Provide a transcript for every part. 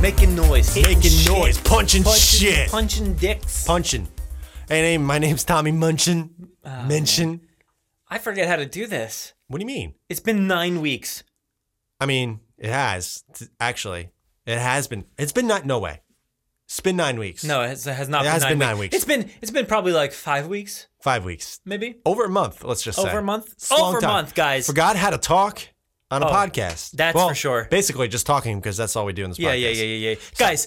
making noise, hitting Making shit, noise, punching shit. punching dicks. Punchin'. Hey, name, my name's Tommy Munchin. Ah, Mention. I forget how to do this. What do you mean? It's been nine weeks. I mean, it has t- actually. It has been. It's been not. No way. It's been nine weeks. No, it has, it has not. It been has nine been nine weeks. It's been it's been probably like five weeks, Five weeks. maybe. Over a month. Let's just say Over a month? It's long Over a time. month, guys. Forgot how to talk on a Oh, podcast. that's Well, for sure. Basically, just talking because that's all we do in this Yeah, podcast. yeah, yeah, yeah, yeah. Guys,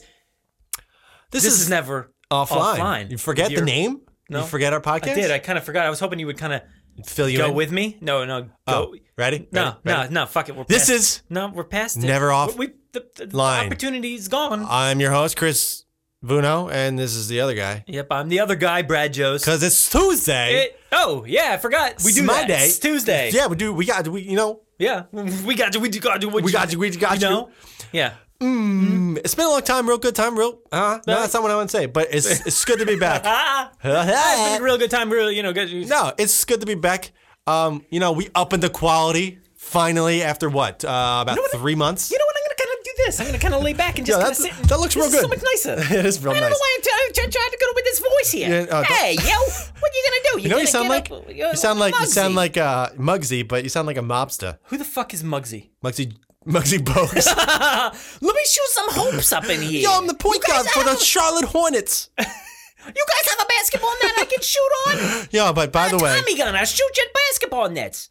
This, this is, is, never offline. offline. You forget You're- the name? No. You forget our I podcast? did. I kind of forgot. I was hoping you would kind of fill you go in. with me. No, no, go. Oh, ready? No, Ready? no, Ready? no. Fuck it. We're This past- is no. We're past it. never off- We, the, the line. Uh, opportunity's gone. I'm your host, Chris Vuno, and this is the other guy. yep, I'm the other guy, Brad Joes. Because it's Tuesday. It- oh yeah, I forgot. We It's do my that. day. It's Tuesday. Yeah, we do. We got. We you know. yeah. We got to. We do got to do what We you- got you. We got You you. know. Yeah. Mm, It's been a long time. Real good time. Real. Uh, no, that's not what I want to say. But it's it's good to be back. Ah, it's been a real good time. Really, you know, good. no, it's good to be back. Um, you know, we upping the quality finally after what uh, about what? three months. you know what? I'm gonna kind of do this. I'm gonna kind of lay back and just Yeah, kind of that's- sit. that looks this real is So good. much nicer. It is real I don't know nice. why I'm, t- I'm trying to go with this voice here. Yeah, uh, don't- hey, yo, what you gonna do? You know what you sound gonna like? get up, uh, You sound like you sound Muggsy. like uh, Muggsy, but you sound like a mobster. Who the fuck is Muggsy? Muggsy Muggsy Bogues. Let me shoot some hopes up in here. Yo, I'm the point You guys guard for the have- Charlotte Hornets. You guys have a basketball net I can shoot on? Yeah, but by the a way, Tommy gun. I shoot your basketball nets.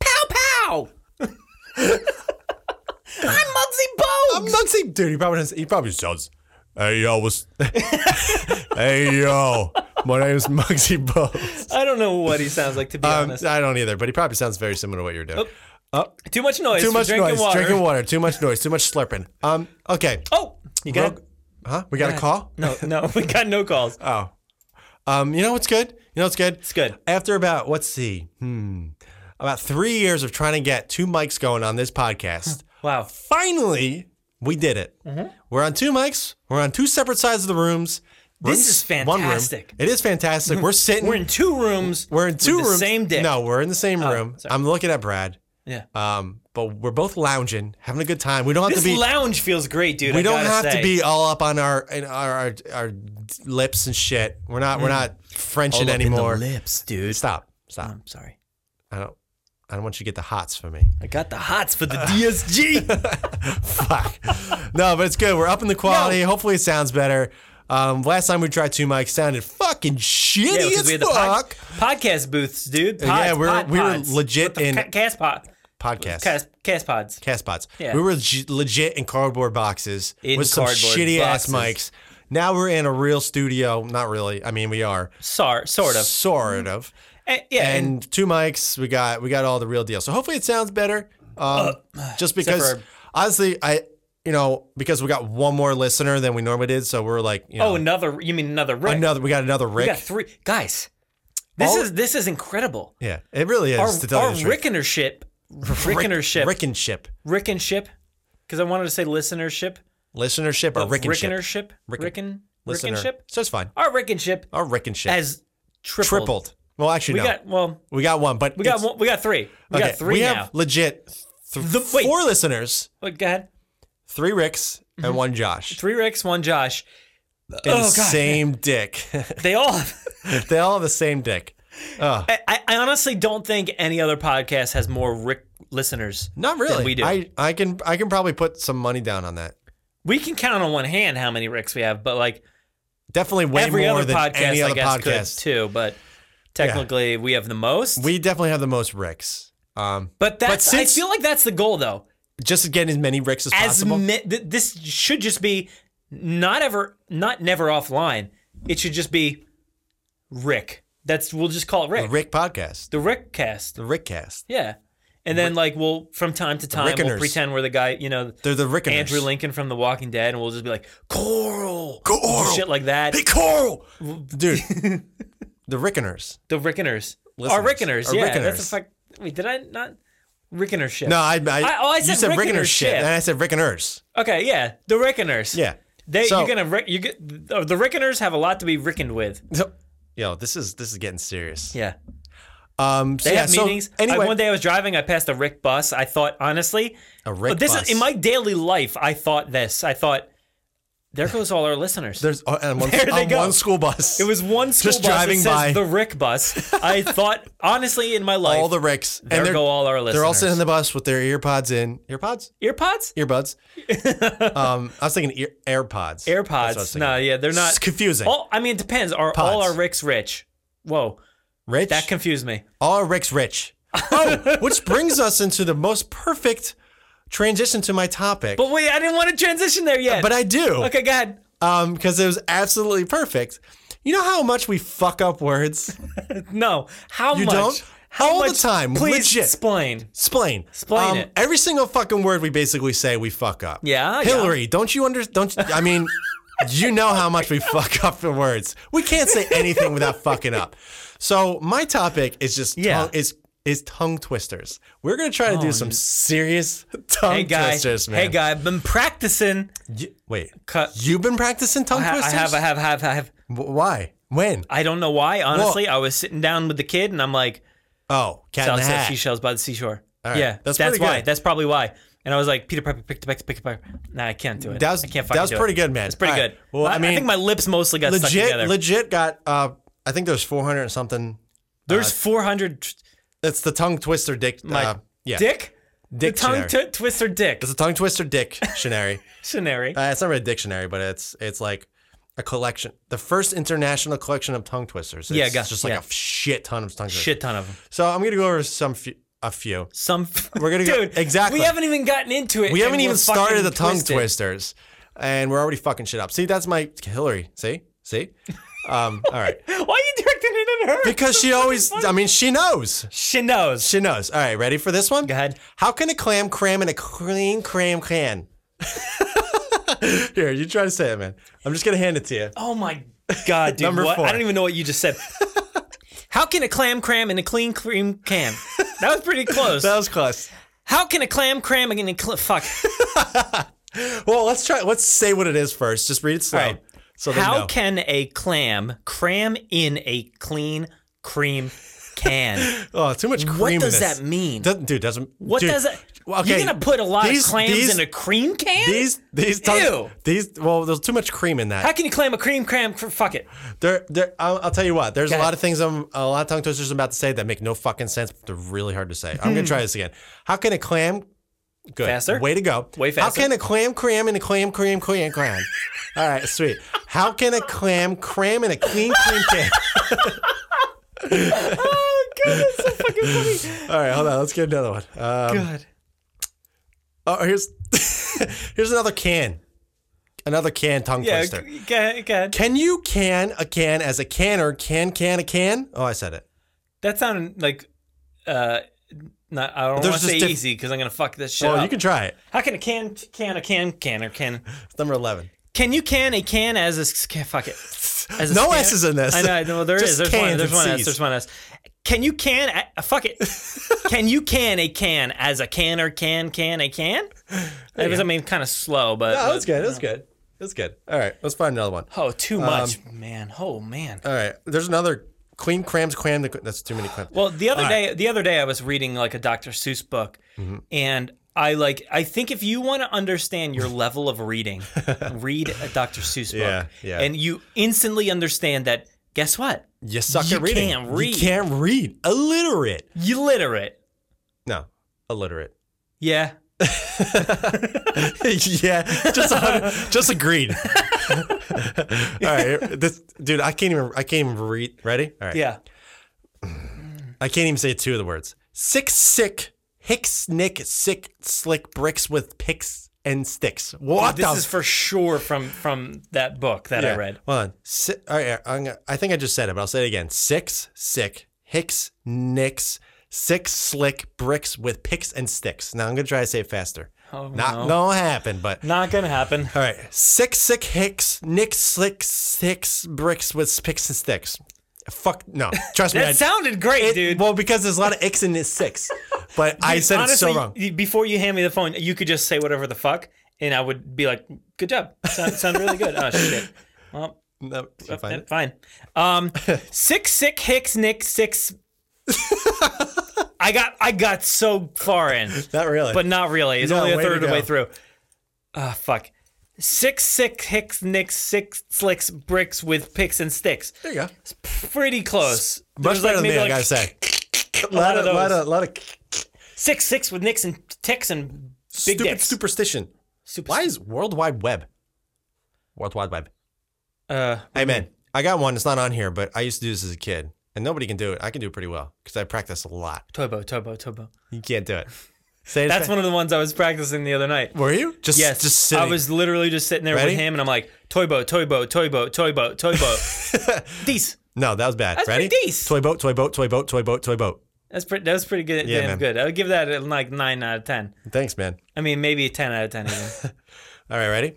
pow pow. I'm Muggsy Bogues. Muggsy, dude, he probably doesn't, he probably sounds. Hey yo, what's? hey yo, my name's Muggsy Bogues. I don't know what he sounds like to be Um, honest. I don't either, but he probably sounds very similar to what you're doing. Too much noise. too for much drinking noise, Water. drinking water, too much noise, too much slurping. Um, okay. Oh, you got Rogue- huh? We got a call. no, no, we got no calls. Oh, um, you know what's good? You know what's good? It's good. After about let's see, hmm, about three years of trying to get two mics going on this podcast. Wow. finally, we did it. Mm-hmm. We're on two mics. We're on two separate sides of the rooms. This Rooms- is one room. fantastic. It is fantastic. We're sitting. We're in two rooms. we're in two with the rooms. Same dick. Oh, No, we're in the same room. I'm looking at Brad. Yeah. Um, but we're both lounging, having a good time. We don't have This to be. lounge feels great, dude. we I don't gotta have say. to be all up on our in our our, our lips and shit. We're not. We're Mm. not Frenching anymore. lips, dude. Stop. Stop. I'm sorry. I don't. I don't want you to get the hots for me. I got the hots for Uh, the DSG. Fuck. No, but it's good. We're upping the quality. No. Hopefully, it sounds better. Um, last time we tried two mics, sounded fucking shitty because as we had the pod- fuck. podcast booths, dude. Pods, yeah, we're pod we were pods. legit The in ca- cast pod, podcast cast, cast pods. cast spots. Yeah. We were leg- legit in cardboard boxes In with some cardboard shitty ass boxes. mics. Now we're in a real studio. Not really. I mean, we are Sar, sort of. sort of. And, yeah, and, And two mics. We got we got all the real deal. So hopefully, it sounds better. Um, just because Uh, for- honestly, I. You know, because we got one more listener than we normally did, so we're like, you know, oh, another. You mean another Rick? Another, we got another Rick. We got three guys. This All- is this is incredible. yeah, it really is. Our, to tell our you the truth. Rickenership, Rickenership, Rick, Rickenership, and ship, because I wanted to say listenership, listenership, or of Rickenership, Rickenership, Ricken, listener. Rickenship. So it's fine. Our Rickenship Our Rickenship has tripled. tripled. Well, We actually, no, got well, we got one, but we got it's- one, we got three. We okay, got three We now. have legit th- The- wait. four listeners, Wait, go ahead. three Ricks and one Josh, Three Ricks, one Josh. and Mm-hmm. Oh, the God. same dick. They all. Have, they all have the same dick. I, I- I honestly don't think any other podcast has more Rick listeners. Not really. we do. I, I can I can probably put some money down on that. We can count on one hand how many Ricks we have, but like Definitely way every more other than podcast, any I other guess, podcast. could too. But technically, we have the most. We definitely have the most Ricks. Um, but that's since- I feel like that's the goal, though. just to get as many Ricks as, As possible. mi- th- this should just be not ever, not never offline. It should just be Rick. That's we'll just call it Rick. The Rick podcast. The Rick cast. The Rickcast. Yeah. And then like we'll from time to time we'll Rickeners. pretend we're the guy, you know, They're the Rickeners. Andrew Lincoln from The Walking Dead, and we'll just be like Coral, Coral. shit like that. Hey, Carl! Dude. the Rickeners. The Rickeners. Our Listeners. Rickeners. Our yeah, Rickeners. that's a fuck. Wait, did I not Rickenership? No, I, I, I- oh, I you said said Rickener Rickener shit, shit. and I said Rickeners. Okay, yeah, the Rickeners. Yeah. They So- you're gonna rick, you get the the Rickeners have a lot to be rickened with. So, yo, this is this is getting serious. Yeah, Um, so they yeah, have so meetings. I- Anyway, one day I was driving, I passed a Rick bus. I thought honestly, A Rick But this bus. is in my daily life. I thought this. I thought there goes all our listeners. There's oh, and one, There they on go. one school bus. it was one school Just bus that driving says by. the Rick bus. I thought honestly in my life all the Ricks. there and they're, go all our listeners. they're all sitting in the bus with their earpods in. Earpods? earpods, Earbuds. um, I was thinking ear, AirPods. That's what I was AirPods. thinking. No, yeah, they're It's not. confusing. All I mean, it depends. Are all Pods. our Ricks rich? Whoa, rich. that confused me. all Rick's rich. Oh, which brings us into the most perfect transition to my topic. But wait, I didn't want to transition there yet. But I do. okay, go ahead. Um, because it was absolutely perfect. You know how much we fuck up words? No, how You much? don't? How All the much- time, Please legit. explain. Explain. Explain it. Um, Every single fucking word we basically say, we fuck up. Yeah, Hillary, don't you under? Don't you- I mean? you know how much we fuck up the words. We can't say anything without fucking up. So my topic is just Yeah. tongue, is is tongue twisters. We're gonna try to do some serious tongue Hey guy, twisters, man. hey guy, I've been practicing. You- wait. Cut. You've been practicing tongue I, I twisters? have, I have, I have, I have. W- Why? When? I don't know why. Honestly, I was sitting down with the kid, and I'm like, Oh, cat in "South the says hat. seashells by the seashore." right. Yeah, That's that's, pretty why. good. That's probably why. And I was like, "Peter Piper picked the peck, picked the peck." Nah, I can't do it. That was- I can't that fucking was do it. pretty good, man. It's pretty All right. good. Well, I I, mean, think my lips mostly got stuck legit, together. legit got. Uh, I think there's 400 and something. There's 400 tr- It's the tongue twister dick. my uh, yeah, dick, the tongue Dictionary. t- twister dick It's a tongue twister dictionary. dictionary. uh, it's not really a dictionary, but it's it's like a collection. The first international collection of tongue twisters. It's Yeah, got- just like yeah. a shit ton of tongue twisters. Shit ton of them. So I'm gonna go over some few, a few. Some We're gonna go- dude. exactly. We haven't even gotten into it. We and haven't we're even started fucking the tongue twisted. twisters, and we're already fucking shit up. See, that's my Hillary. See, see. Um, all right, Why are you directing it at her? because she always. I mean, she knows. she knows. She knows. All right, ready for this one? Go ahead. How can a clam cram in a clean cram can? Here, you try to say it, man. I'm just gonna hand it to you. Oh my god, dude! Number what? four. I don't even know what you just said. How can a clam cram in a clean cream can? That was pretty close. That was close. How can a clam cram in a cl- fuck? Well, let's try. Let's say what it is first. Just read it slow. All right. So they How know. can a clam cram in a clean cream can? oh, too much cream. What in does this. that mean? Doesn't- dude, doesn't. What does it? You're gonna put a lot of clams in a cream can? These these tongue, Ew. these well, there's too much cream in How that. can you clam a cream cram? Cr- fuck it. There, there. I'll, I'll tell you what. There's a Okay. lot of things. I'm a lot of tongue twisters I'm about to say that make no fucking sense. But they're really hard to say. I'm gonna try this again. How can a clam? Good. Faster. Way to go. Way faster. How can a clam cram in a clam cram clam cram? All right, sweet. How can a clam cram in a clean clean can? Oh god, that's so fucking funny. All right, hold on. Let's get another one. Um, God. Oh, here's here's another can. Another can tongue Yeah, twister. g- go ahead, go ahead. Can you can a can as a canner can can a can? Oh, I said it. That sounded like uh not I don't want There's to just say diff- easy because I'm gonna fuck this shit Oh, up. you can try it. How can a can can a can can or can It's number eleven. can you can a can as a s- can, fuck it as a No scan- S's in this. I know I know there Just is there's cans one there's and one Cs. S there's one S can you can a, uh, fuck it can you can a can as a can or can can a can that was I mean kind of slow but Oh, that's good. That's good. That's good. All right, let's find another one. oh too Um, much man oh man All right, there's another clean crams cram. the- That's too many crams. Well, the other day, the other day, I was reading like a Dr. Seuss book, Mm-hmm. and I like. I think if you want to understand your level of reading, read a Dr. Seuss book, Yeah, yeah. and you instantly understand that. Guess what? You suck you at reading. can't You read. can't read. Illiterate. You literate. No, illiterate. Yeah. yeah, just a hundred- just agreed. All right, this dude, I can't even. I can't even read. Ready? All right. Yeah. I can't even say two of the words. Sick, sick, hicks, nick, sick, slick bricks with picks and sticks. What This the? is for sure from from that book that f- I read. Hold on. Si- all right, I'm gonna, I think I just said it, but I'll say it again. Six, sick, hicks, nicks, six, slick bricks with picks and sticks. Now I'm gonna try to say it faster. Oh, Not no. gonna happen, but Not gonna happen. all right. Six, sick, hicks, nicks, slick, six bricks with picks and sticks. Fuck no. Trust me. That I- sounded great, it- dude. Well, because there's a lot of icks in this six, but I said Honestly, it so wrong. y- Before you hand me the phone, you could just say whatever the fuck, and I would be like, "Good job. Sound, sound really good." Oh shit. Well, No, you find Uh, it? Fine. Um, six, sick, hicks, nick, six. I got I got so far in, Not really. but not really. It's No, only a way to third of the way go. through. Ah, fuck. Six sick hicks nicks six slicks bricks with picks and sticks. there you go. It's pretty close. Much There's better like than maybe me, I like gotta say. A lot lot, of of, lot those. of, lot of Six six with nicks and ticks and big stupid dicks. superstition. Super- Why is World Wide Web? World Wide Web. Uh, Amen. I got one. It's not on here, but I used to do this as a kid, and nobody can do it. I can do it pretty well because I practice a lot. Tobo Tobo Tobo. You can't do it. Say it That's back. one of the ones I was practicing the other night. Were you just Yes, Just sitting. I was literally just sitting there Ready? with him, and I'm like, toy boat, toy boat, toy boat, toy boat, toy boat. These. No, that was bad. That's Ready? pretty decent. Toy boat. Toy boat. Toy boat. Toy boat. Toy boat. That's pretty. That was pretty good. Yeah, damn man. good. I would give that uh, like nine out of ten. Thanks, man. I mean, maybe a ten out of ten. Even. All right, ready?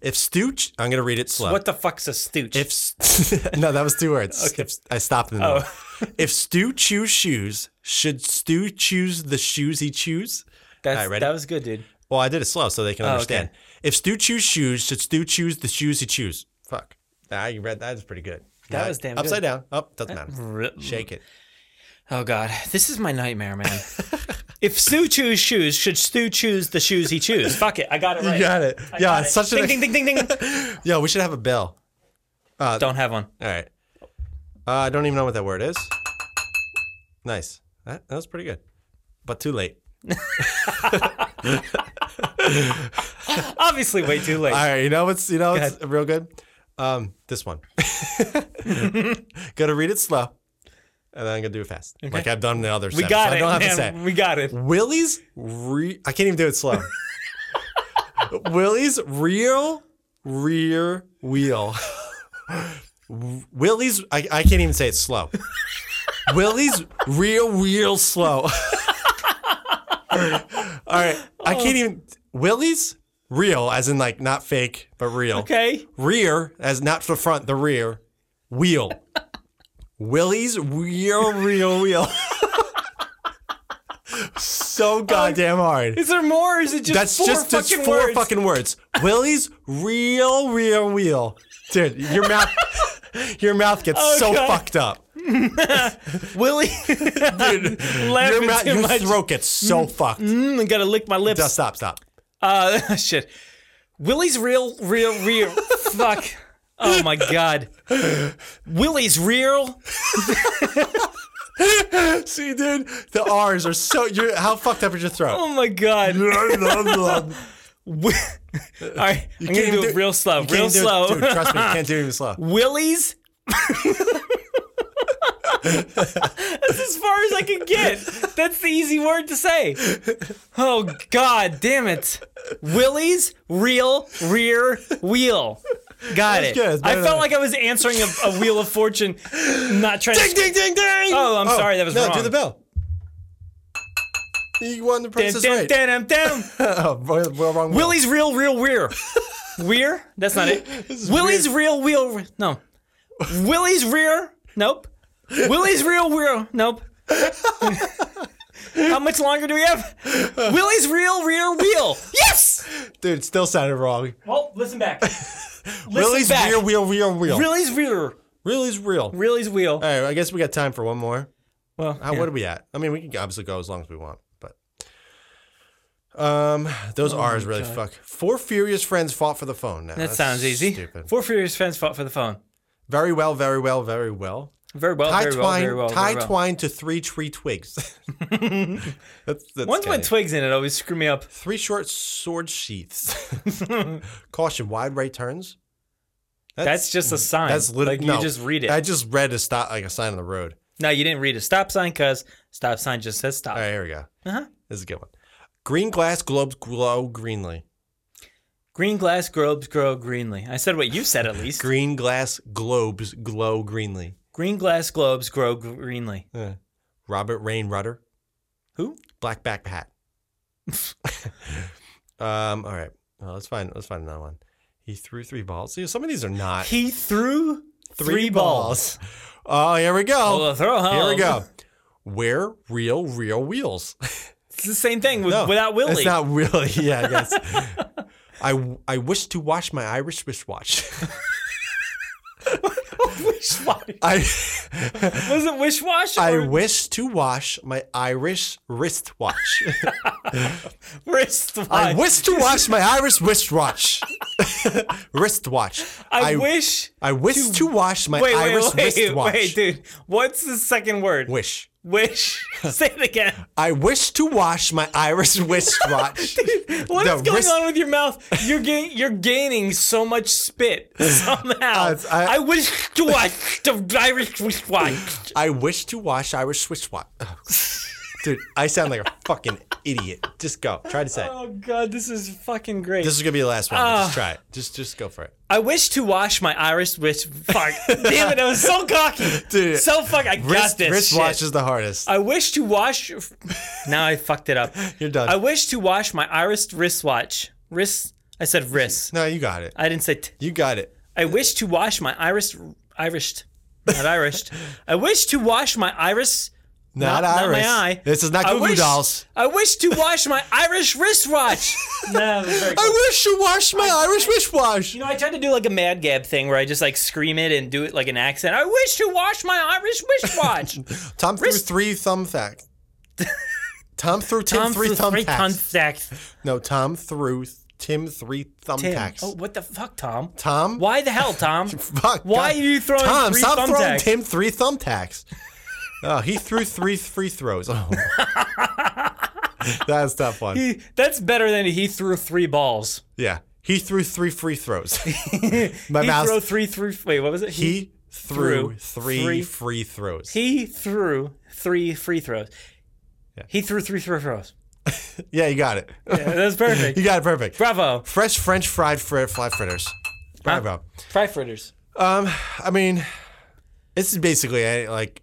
If stooch, I'm gonna read it slow. Mm-hmm. what the fuck's a stooge? If st- no, that was two words. If, I stopped in the middle. Oh. if Stu choose shoes, should Stu choose the shoes he choose? That's, All right, ready? that was good, dude. Well, I did it slow so they can Oh, okay. understand. If Stu choose shoes, should Stu choose the shoes he choose? Fuck. Nah, you read that is pretty good. That Nah, was damn upside good. down. Up doesn't matter. Shake it. Oh god, this is my nightmare, man. if Stu choose shoes, should Stu choose the shoes he choose? Fuck it, I got it right. it. I yeah, got it's it. such ding, a ding ding ding ding. yeah. We should have a bell. Uh, Don't have one. All right. Uh, I don't even know what that word is. Nice. That, that was pretty good, but too late. Obviously, way too late. All right, you know what's you know it's real good. Um, this one. Gotta read it slow, and then I'm gonna do it fast, like I've done the other. we got so it. I don't have to man. say. it. We got it. Willie's re- I can't even do it slow. Willie's real rear wheel. Willie's I, I can't even say it slow. Willie's real real slow. All right. I can't even Willie's real as in like not fake but real. Okay. Rear as not the front, the rear wheel. Willie's real real wheel. so goddamn hard. Is there more? Or is it just That's Oh, four just, fucking just four words? fucking words. Willie's real, real wheel. Dude, your mouth your mouth gets so Okay. fucked up. Willie, Dude, Laughing your mouth, too your much. throat gets so fucked. Mm, I gotta lick my lips. No, stop, stop. Uh, shit. Willie's real, real, real. fuck. Oh my god. Willie's real. See, dude, the R's are so you're how fucked up is your throat? Oh my god. you can't Wi- All right, I'm gonna even do it real slow, you can't real even do it- slow. dude, trust me, you can't do it even slow. Willie's. That's as far as I can get. That's the easy word to say. Oh God, damn it! Willie's real rear wheel. Got it. good. It's I better felt than- like I was answering a, a Wheel of Fortune, not trying. Ding, to... ding, ding, ding. Oh, I'm sorry, that was no, wrong. do the bell. You won the Dun, princess dun, right. dun, dun, dun. oh, boy, well, wrong. wheel. Willie's real real weir. Weir? That's not it. Willie's real wheel. No. Willie's rear. Nope. Willie's real wheel. Nope. How much longer do we have? Willie's real rear wheel. Yes. dude, it still sounded wrong. Well, Oh, listen back. Willie's back. real, real, real, real. Willie's rear. Really's real. All Willie's wheel. right, I guess we got time for one more. Well, Uh, How, What are we at? I mean, we can obviously go as long as we want, but um, those R's really fuck. Four furious friends fought for the phone. Now, Oh that sounds easy. Stupid. Four furious fans fought for the phone. Very well, very well, very well. Very well. Tie very twine, well. Very well. tie very well. twine to three tree twigs. that's, that's Ones kinda- with twigs in it always screw me up. Three short sword sheaths. Caution, wide right turns. That's just a sign. mm, that's literally like you just read it. I just read a stop like a sign on the road. No, you didn't read a stop sign because stop sign just says stop. All right, here we go. Uh-huh. This is a good one. Green glass globes glow greenly. Green glass globes grow greenly. I said what you said at least. Green glass globes glow greenly. Green glass globes grow greenly. Uh, Robert Rain Rudder, Who? black back hat. um. All right. Well, let's find let's find another one. He threw three balls. See, some of these are not He threw three, balls. Oh, here we go. Well, throw home. Here we go. Wear real, real wheels. It's the same thing with, No, without Willie. It's not Willie. Yeah, I guess. I, I wish to wash my Irish wristwatch. Wishwash. I Was it wishwash? I Or wish to wash my Irish wristwatch. wristwatch. I wish to wash my Irish wristwatch. wristwatch. I wish. I wish to, wash my Wait, Irish wait, wait, wristwatch. wait, dude. What's the second word? Wish. Wish. Say it again. I wish to wash my Irish wristwatch. What The is going wrist- on with your mouth? You're getting, you're gaining so much spit somehow. it's- I, I- wish to watch the Irish wishwash. I wish to wash Irish wristwatch. Ugh. Dude, I sound like a fucking idiot. Just go. Try to say. it. Oh god, this is fucking great. This is gonna be the last one. Ah. just try it. Just just go for it. I wish to wash my Irish wish. Fuck. Damn it, I was so cocky. Dude, so fuck. I got Wrist, this. shit. wristwatch is the hardest. I wish to wash. Now I fucked it up. You're done. I wish to wash my Irish wristwatch. Wrist. I said wrist. no, you got it. I didn't say. T- You got it. I wish to wash my Irish. Irish. Not Irish. I wish to wash my Irish. Not, not Irish. my eye. This is not I Goo Goo wish, Dolls. I wish to wash my Irish wristwatch. Oh. no, very cool. I wish to wash my Irish wristwatch. You know, I tried to do like a Mad Gab thing where I just like scream it and do it like an accent. I wish to wash my Irish wristwatch. Tom threw three thumb thumbtacks. Tom threw Tim Tom three threw three thumbtacks. thumbtacks. No, Tom threw th- Tim three Tim. thumbtacks. Oh, what the fuck, Tom? Tom, Why the hell, Tom? Fuck. Why God. are you throwing Tom, three stop throwing thumbtacks? Tim three thumbtacks. Oh, he threw three free throws. Oh. That's a tough one. He- That's better than he threw three balls. Yeah. He threw three free throws. My He mouth. threw three, three. Wait, what was it? he threw threw three three- free throws. He threw three free throws. He threw three free throws. yeah, you got it. Yeah, that's perfect. You got it perfect. Bravo. Fresh French fried fr- fly fritters. Bravo. Fry fritters. Um, I mean, this is basically eh, like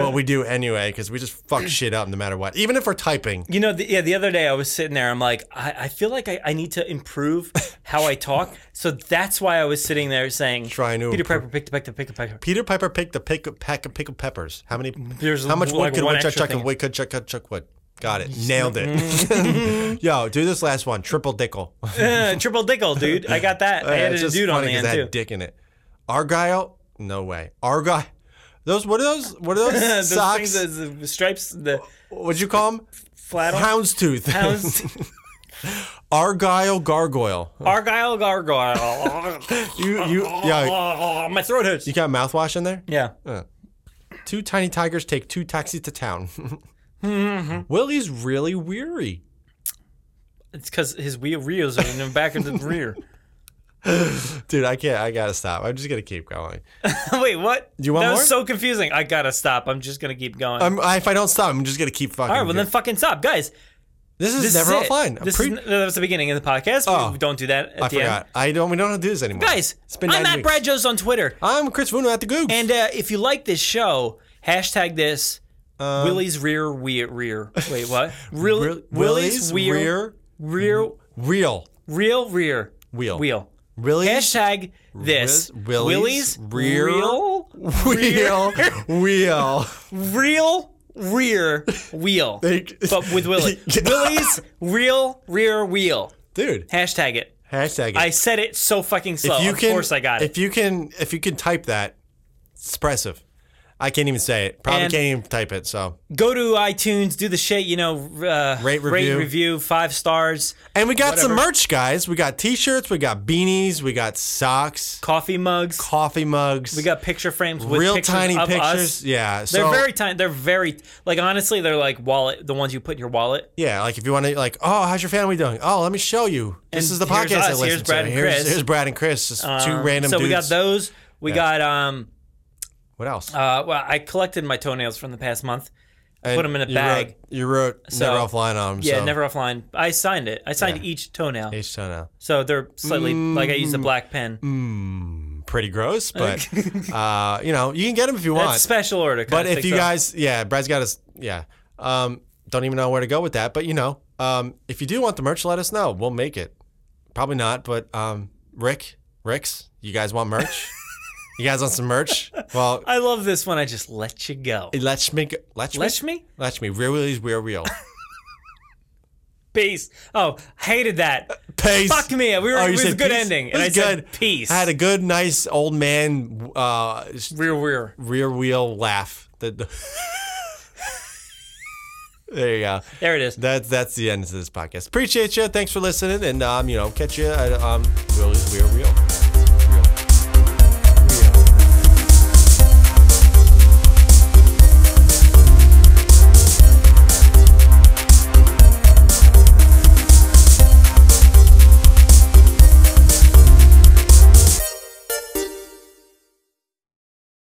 what we do anyway because we just fuck shit up no matter what. Even if we're typing, You know, the, yeah, the other day I was sitting there. I'm like, I, I feel like I, I need to improve how I talk. So that's why I was sitting there saying, Trying to Peter Piper picked a peck, picked a peck. Peter Piper picked a pick, pack of pickled peppers. How many? There's how much like wood could one woodchuck extra chuck and thing. Mm-hmm. wood could chuck, chuck, chuck wood? Got it. Nailed it. Yo, do this last one. Triple dickle. Uh, triple dickle, dude. I got that. I it's added a just dude on the funny 'cause it end, had too. dick in it. Argyle? No way. Argyle. Those what are those? What are those, Those socks? things, the, the stripes, the What'd you call them? flat on. Houndstooth. Hounds- Argyle gargoyle. Argyle gargoyle. You you yeah. oh, my throat hurts. You got mouthwash in there? Yeah. Two tiny tigers take two taxis to town. Mm-hmm. Willie's really weary. It's because his wheel reels are in the back of the rear. Dude, I can't. I gotta stop. I'm just gonna keep going. Wait, what? You want that more? Um, was so confusing. I gotta stop. I'm just gonna keep going. I'm, I, if I don't stop, I'm just gonna keep fucking. All right, well then fucking stop, guys. this is This never is it. offline. I'm This is, pre- no, that was the beginning of the podcast. Oh. we don't do that at I the end. forgot. I don't. We don't do this anymore. Guys, it's been I'm nine at weeks. Brad Joe's on Twitter, I'm Chris Vuno at the Googs. and uh, if you like this show, hashtag this Willie's rear weir rear. Wait, what? Real, Um, Will- Willie's Willie's rear rear rear real real rear Wheel. wheel. Willie's Hashtag this Willie's rear- real wheel wheel. real rear wheel, but with Willie. Willie's real rear wheel. dude. Hashtag it. Hashtag. It. I said it so fucking slow. of course I got it. If you can, if you can type that, it's impressive. I can't even say it. Probably And- can't even type it. So, Go to iTunes, do the shit, you know, uh, Rate, review. review, five stars, and we got some merch, guys. We got T-shirts, we got beanies, we got socks, coffee mugs. coffee mugs. we got picture frames with real pictures tiny of pictures. us. Yeah, so They're very tiny. They're very like honestly, they're like wallet. The ones you put in your wallet. yeah. Like if you want to, like, oh, how's your family doing? Oh, let me show you. This And is the here's podcast I us. listen Here's to. Brad and here's, Chris. here's Brad and Chris, just two Um, random. So dudes. we got those. We got um. What else? Uh, well, I collected my toenails from the past month. I put them in a you bag. Wrote, you wrote never offline on them. yeah, so. never offline. I signed it. I signed each toenail. Each time now. So they're slightly like I used Mm. a black pen. Hmm, Pretty gross, but uh, you know you can get them if you That's want. special order. But if you guys, yeah, Brad's got us. Yeah, um, don't even know where to go with that. But you know, um, if you do want the merch, let us know. We'll make it. Probably not, but um, Rick, Ricks, you guys want merch? you guys want some merch? Well, I love this one. I just let you go. let's make let's Let me. let's me real is real real. Peace. Oh, hated that. Peace. Fuck me. We were, Oh, it you was a said good peace? ending. It And I was said good. peace. I had a good, nice old man uh, s- rear rear. rear wheel laugh. That there you go. There it is. That's that's the end of this podcast. Appreciate you. Thanks for listening, and um, you know, catch you at um, really, we're real.